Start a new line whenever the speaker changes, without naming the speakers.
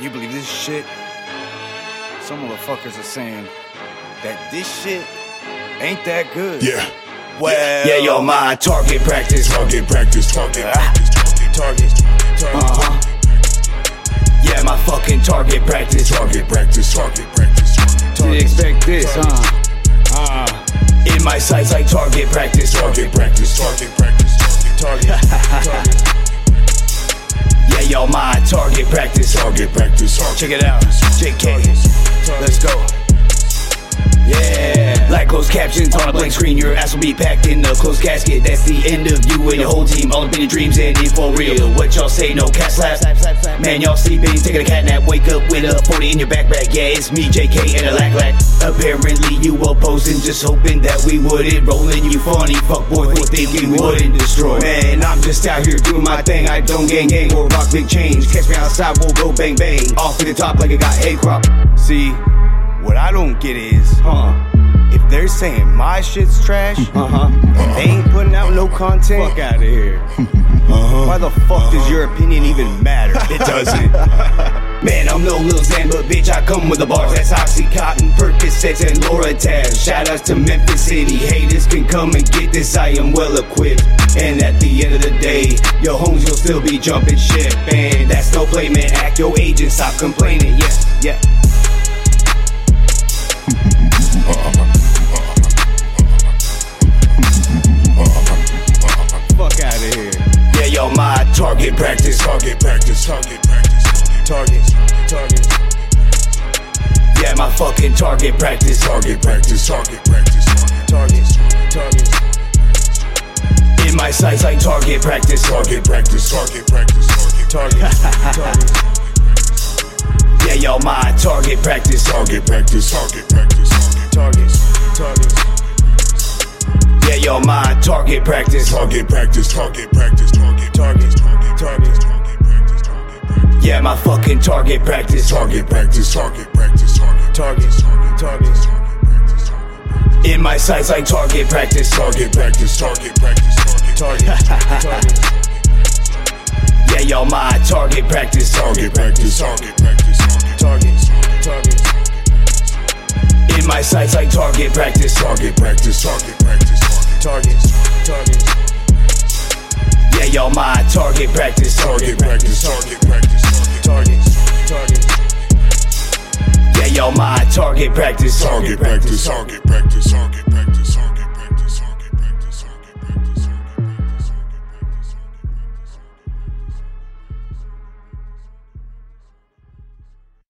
you believe this shit? Some motherfuckers are saying that this shit ain't that good.
Yeah.
Well,
Yeah, yo, my target practice.
Target practice. Target practice. Target. Target.
Uh-huh. Yeah, my fucking target practice.
Target practice. Target practice.
you
Target.
expect this, huh? Ah,
In my sights like target practice.
Target practice. Target practice. Target. Target.
Yeah, yo, my target practice.
Target practice.
Check it out. JK. Let's go. Yeah. Like closed captions on a blank screen, your ass will be packed in a closed casket. That's the end of you and your whole team, all up in your dreams and in for real. What y'all say, no cat slap. Man, y'all sleeping, taking a cat nap. Wake up with a 40 in your backpack. Yeah, it's me, JK, and a lack lack. Apparently, you opposing, just hoping that we wouldn't. Rolling you funny, fuck boy, for thinking we wouldn't destroy. Man, I'm just out here doing my thing. I don't gang gang or rock big change. Catch me outside, we'll go bang bang. Off to the top like I got a crop.
see, what I don't get is,
Huh.
if they're saying my shit's trash,
Uh huh.
and they ain't putting out no content. Fuck out of here. Why the fuck does your opinion even matter? It doesn't.
Man, I'm no Lil Xan, but bitch, I come with the bars. That's Oxycontin, Percocets, and Laura Tab. Shout outs to Memphis City. Haters can come and get this, I am well equipped. And at the end of the day, your homes will still be jumping ship. And that's no play, man. Act your agent, stop complaining. Yeah, yeah.
fuck out of here.
Yeah, yo, my target practice.
Target practice. Target practice. Target. Target.
Yeah, my fucking target practice.
Target practice. Target practice. Target. Target.
In my sights like target practice.
Target practice. Target practice. Target. Target.
Yeah, yo, my target practice.
Target practice. Target practice. Target. Target.
Yeah, yo, my target practice.
Target practice. Target practice. Target. Target. Target. Target. Target practice. Target practice.
Yeah, my fucking target practice.
Target practice, target practice, target target target target target
In my sights like target practice.
practice, target practice, target target target
Yeah, yo, my target practice.
target practice, target practice, target target
In my sights like target practice.
target practice, target practice, target target
Yeah, yo, my target practice.
target practice, target practice, target target
Yeah, yo, my target practice.
target practice, target practice, target